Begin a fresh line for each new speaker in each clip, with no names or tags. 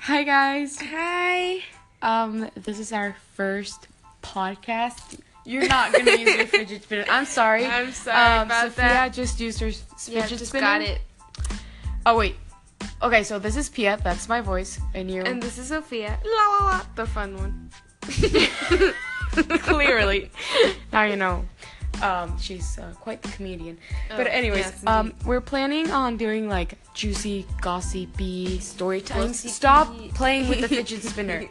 Hi guys.
Hi.
Um, this is our first podcast. You're not gonna use your fidget spinner. I'm sorry.
I'm sorry
um,
about
Sophia
that.
just used her s-
Yeah,
fidget
just
spinner.
got it.
Oh wait. Okay, so this is Pia. That's my voice, and you.
And this is Sophia. La la la. The fun one.
clearly, now you know. Um, she's uh, quite the comedian. but
Oh,
anyways,
yes, indeed.
um, we're planning on doing like juicy, gossipy story times.
Gossipy.
Stop playing with the fidget spinner.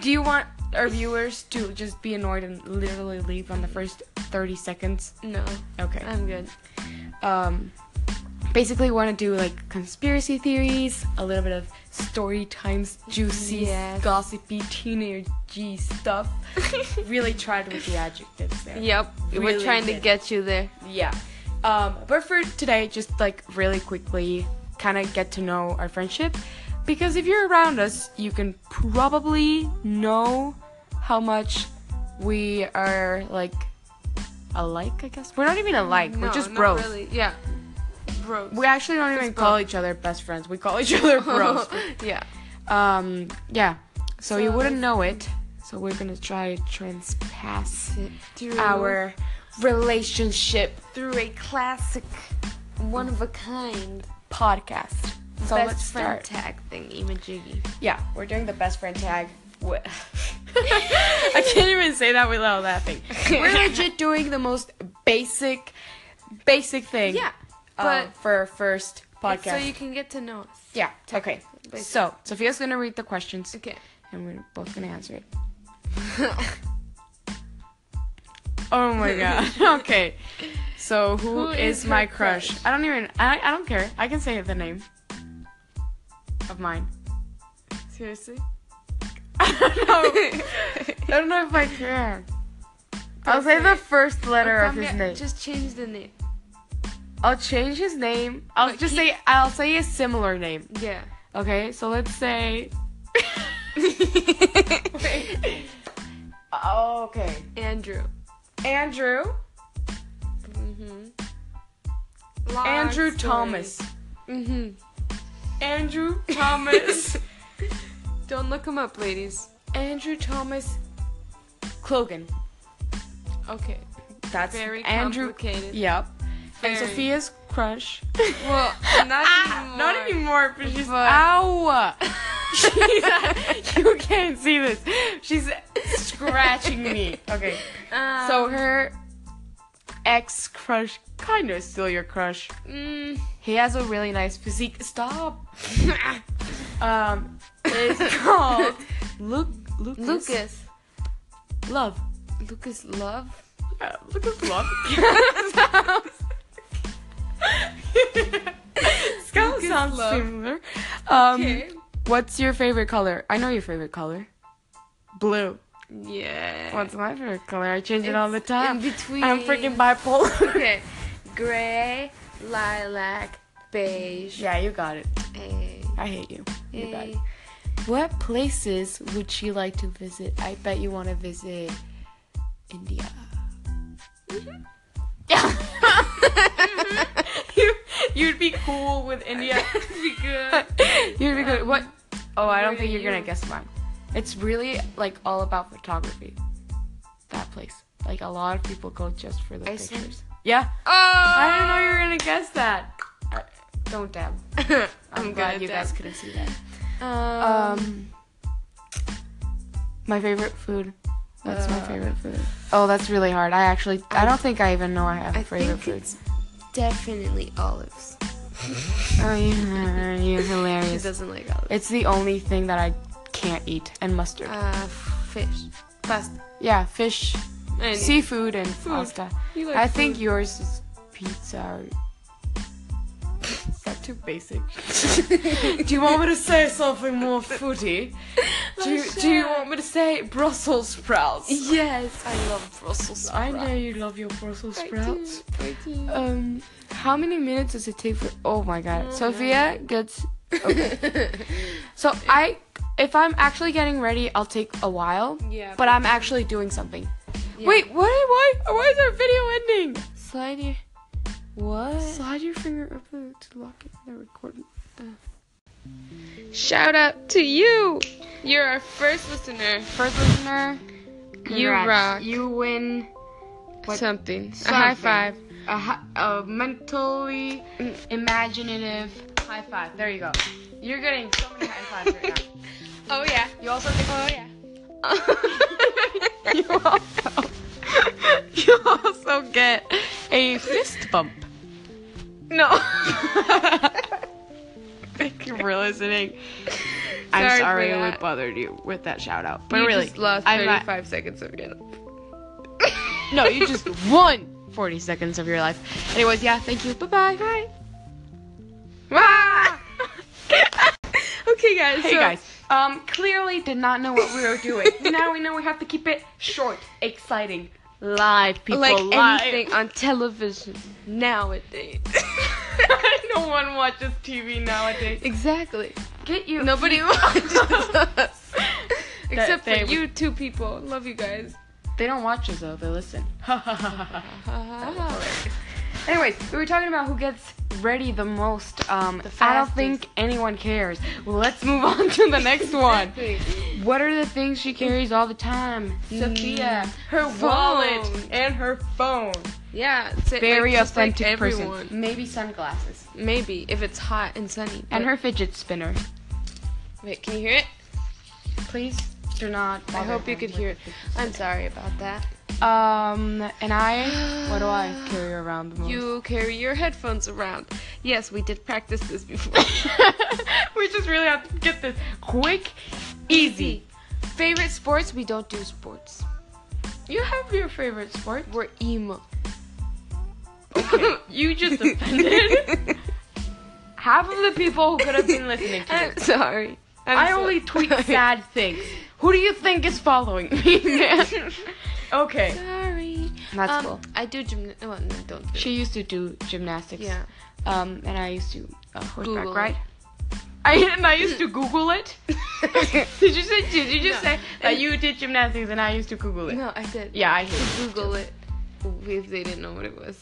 Do you want our viewers to just be annoyed and literally leave on the first 30 seconds?
no,
Okay.
I'm good.
Um basically want to do like conspiracy theories, a little bit of story times, juicy,
Yes.
gossipy, teenagey stuff. really tried with the adjectives there.
Yep. We're
Really
trying to
good.
get you there.
Yeah. Um but for today just like really quickly kind of get to know our friendship because if you're around us, you can probably know how much we are like alike, I guess. We're not even alike.
No,
We're just
not
bros.
really. Yeah. Bros.
We actually don't even
Just
call each other best friends. We call each other bros.
yeah.
um, yeah. So, you
So
wouldn't
if-
know it. So we're gonna try to transpass
Through,
our relationship
through a classic, one of a kind,
podcast. So
best
let's start.
friend tag thing, Imajiggy.
Yeah, we're doing the best friend tag. Wha- I can't even say that without laughing. We're legit doing the most basic, basic thing.
Yeah,
uh,
but-
for our first podcast.
So you can get to know us.
yeah. Okay.
Basically.
So Sophia's gonna read the questions.
Okay.
and we're both gonna answer it. Oh my god. okay. So who
Who
is,
is
my
her
crush?
crush?
I don't even. I, I don't care. I can say the name of mine.
Seriously?
I don't know. I don't know if I can. I'll
Don't
say
say
the
it.
first letter of his
Come here,
name.
Just change the name.
I'll change his name. I'll
But
just
he-
say. I'll say a similar name.
Yeah.
Okay. So let's say. Oh, okay.
Andrew.
Andrew.
Mm-hmm.
Andrew Thomas.
Mm-hmm.
Andrew Thomas.
Don't look him up, ladies.
Andrew Thomas Clogan.
Okay.
That's
Very
Andrew.
complicated.
Yep. And
Very.
Sophia's crush. Ah,
Well, not anymore.
Not anymore, but she's.
But-
Ow! She's- you can't see this. She's scratching me. Okay.
Um,
So her ex crush, kind of still your crush.
Mm,
He has a really nice physique. Stop. um, it's called Luke. Lucas.
Lucas.
Love.
Lucas Love.
Yeah, Lucas Love. Scout
Lucas
sounds
Love.
similar. Um,
Okay.
What's your favorite color? I know your favorite color. Blue.
Yeah.
What's my favorite color? I change it all the
It's
time.
in between.
I'm freaking bipolar.
Okay. Gray, lilac, beige.
yeah, you got it.
Eh,
I hate you. You got
eh.
it. What places would she like to visit? I bet you want to visit India. Mm-hmm. you, you'd be cool with India.
Be good.
You'd be good. What? Oh, I don't
where
think
do
you're gonna
you-
guess mine. It's really like all about photography. That place. Like a lot of people go just for the
Iceland?
pictures. Yeah.
Oh!
I didn't know you were gonna guess that. I- Don't dab.
I'm,
I'm, glad you guys couldn't see that.
Um,
Um. My favorite food. That's my
Uh,
favorite food. Oh, that's really hard. I actually, I don't think I even know I have a
I
favorite
think
food.
it's definitely olives.
Oh, yeah, you're
She
hilarious.
doesn't like olives.
It's the only thing that I can't eat, and mustard.
Uh, fish, pasta,
Yeah, fish,
and
seafood, and
Food.
pasta.
You like
I think
food.
yours is pizza. Is that too basic? do you want me to say something more footy? Do you, do you want me to say Brussels sprouts?
Yes, I love Brussels
I
sprouts.
know you love your Brussels
I do,
sprouts.
I do.
Um, how many minutes does it take for? Oh my god, Sophia gets. Okay. so I, if I'm actually getting ready, I'll take a while.
Yeah.
But I'm actually doing something.
Yeah.
Wait, what? Why? Why is our video ending?
slide your what?
Slide your finger up the, to lock it. The recording.
uh. Shout out to you. You're our first listener.
First listener,
You
congrats.
rock.
You win What-
Something.
something.
A high five. Mm.
A, hi- a mentally imaginative high five. There you go. You're getting so many high fives right now.
Oh yeah.
You also get oh yeah.
you, also, you also get a fist bump. No.
Thank you for listening.
Sorry
I'm
for
sorry we
that.
bothered you with that shout out. But
you
really,
just lost
I'm not-
35 seconds of your life.
no, you just won 40 seconds of your life. Anyways, yeah, thank you. Bye bye. Bye.
Ah! okay, guys.
Hey
so-
guys, um, clearly did not know what we were doing. now we know we have to keep it short, exciting, live, people,
Like
live.
anything on television nowadays.
no one watches TV nowadays.
exactly.
Get you.
Nobody watches us. Except
they
for
would-
you two people. Love you guys.
They don't watch us though. They listen.
Ah.
Anyways, we were talking about who gets ready the most. Um, I don't
fastest.
think anyone cares. Let's move on to the next one.
Exactly.
What are the things she carries all the time? Mm. Sophia, her wallet
Phone.
and her phone.
Yeah, it's like-
Very
just like
authentic
everyone.
person. Maybe sunglasses
Maybe if it's hot and sunny.
and
but-
her fidget spinner.
Wait, can you hear it?
Please do not.
I hope you could hear it. I'm sorry about that.
Um, and I, what do I carry around the most?
You carry your headphones around. Yes, we did practice this before.
we just really have to get this quick, easy.
Favorite sports? We don't do sports.
You have your favorite sport.
We're emo.
Okay, you just offended half of the people who could have been listening to this.
I'm sorry. I'm
I
so-
only tweet sad things. Who do you think is following me? okay.
Sorry.
That's
um,
cool.
I do gymnastics. Well, no, don't. Do
She used to do gymnastics.
Yeah.
Um, and I used to uh, horseback
Google it.
ride. I and I used to Google it. did you say? Did you just
No.
say that you did gymnastics and I used to Google it?
No, I said.
Yeah, I hate
Google it. If they didn't know what it was,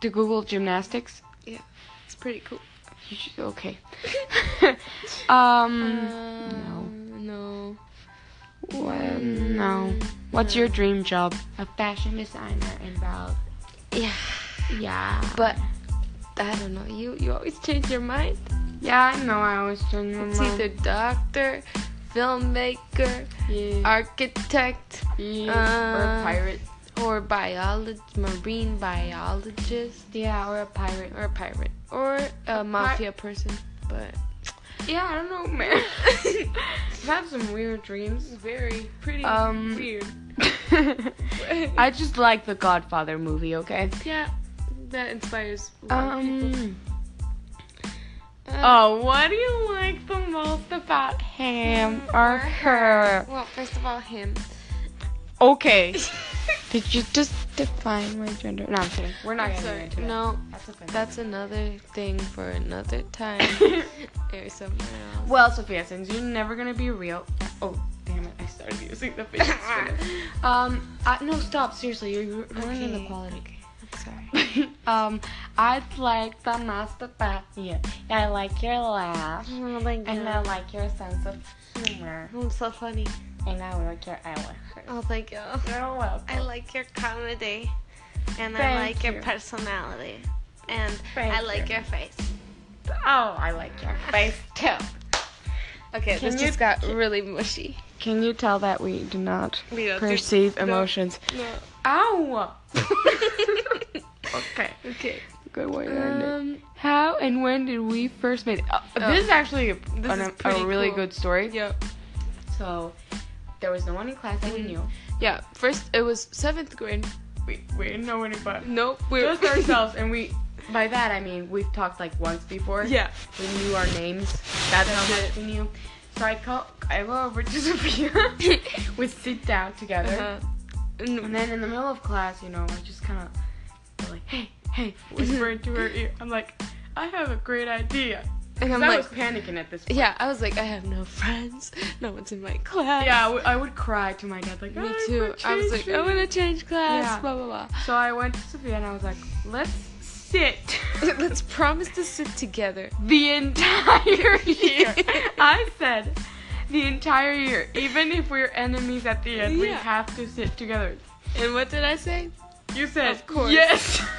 to Google gymnastics.
it's pretty cool.
You should, okay. um,
Um, Mm, no.
well, no. What's your dream job? A fashion designer involved.
Yeah,
Yeah.
but I don't know. You you always change your mind.
Yeah, I know. I always turn my
It's
mind.
either doctor, filmmaker,
Yeah.
architect,
yeah. or a
uh,
pirate.
or biolog marine biologist,
Yeah, or a pirate.
or a pirate, or a mafia person. But
Yeah, I don't know, man. I've had some weird dreams.
very pretty
Um,
weird.
I just like the Godfather movie, okay?
yeah, that inspires a lot of people.
Um.
Uh,
Oh, what do you like the most about him or her?
Well, first of all, him.
Okay. Did you just define my gender? No, I'm kidding. We're not
I'm
getting
sorry.
into that.
No,
That's okay.
that's another thing for another time or somewhere else.
well, Sophia, since you're never gonna be real. Oh, damn it! I started using the fidget spinner. Um, I, no, stop. Seriously, you're ru- ruining the
Okay.
quality.
Sorry.
um, I'd like the master bath. Yeah, I like your laugh,
Oh my
and I like your sense of humor,
I'm so funny.
and I like your eyelashes.
Oh, thank you.
You're welcome.
I like your comedy, and I
Thank
like
you.
your personality, and
Thank
I like
you.
your face.
oh, I like your face too.
Okay,
Can
this
you-
just got really mushy.
Can you tell that we do not
We don't do-
perceive emotions?
No.
Ow! okay,
Okay.
good way to end it.
Um,
How and when did we first meet? Uh,
Oh.
This is actually a,
This
an-
is
a
pretty
really
cool.
good story.
yeah.
So there was no one in class that we knew.
Yeah. First, it was seventh grade.
Mm-hmm. We, we didn't know anybody.
Nope. We
Just ourselves, and we. By that I mean we've talked like once before.
yeah.
We knew our names. That's, how much
it.
we knew. So I call. I go over to Sophia. we sit down together,
Uh, and-
and then in the middle of class, you know, I just kind of like, hey, hey, whisper into her ear. I'm like, I have a great idea.
and I'm
I
like,
was panicking at this. point.
yeah. I was like, I have no friends. No one's in my class.
Yeah, I would- I would cry to my dad like.
Me
"Ah,
too.
we're
I was like, I
changing."
want to change class.
Yeah.
Blah blah blah.
So I went to Sophia and I was like, let's sit
Let's promise to sit together.
the entire year. said, the entire year, even if we're enemies at the end, we
Yeah.
have to sit together.
And what did I say?
You said,
Of course.
Yes.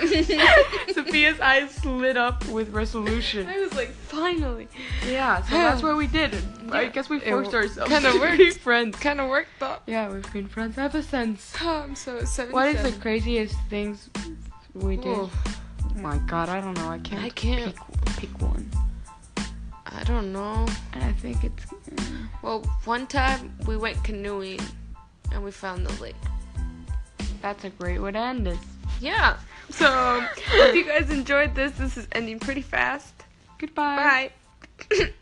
Sophia's eyes lit up with resolution.
I was like, finally.
Yeah, so that's what we did. I guess we
It
forced
w-
ourselves
kinda
to be friends.
Kind of worked though.
Yeah, we've been friends ever since.
Um, so seven.
What is the craziest things we did?
Ooh.
my god, I don't know. I can't.
I can't-
pick, pick one.
I don't know.
And I think it's.
Well, one time we went canoeing, and we found the lake.
That's a great way to end this.
Yeah.
So, um, hope you guys enjoyed this. This is ending pretty fast.
Goodbye.
Bye.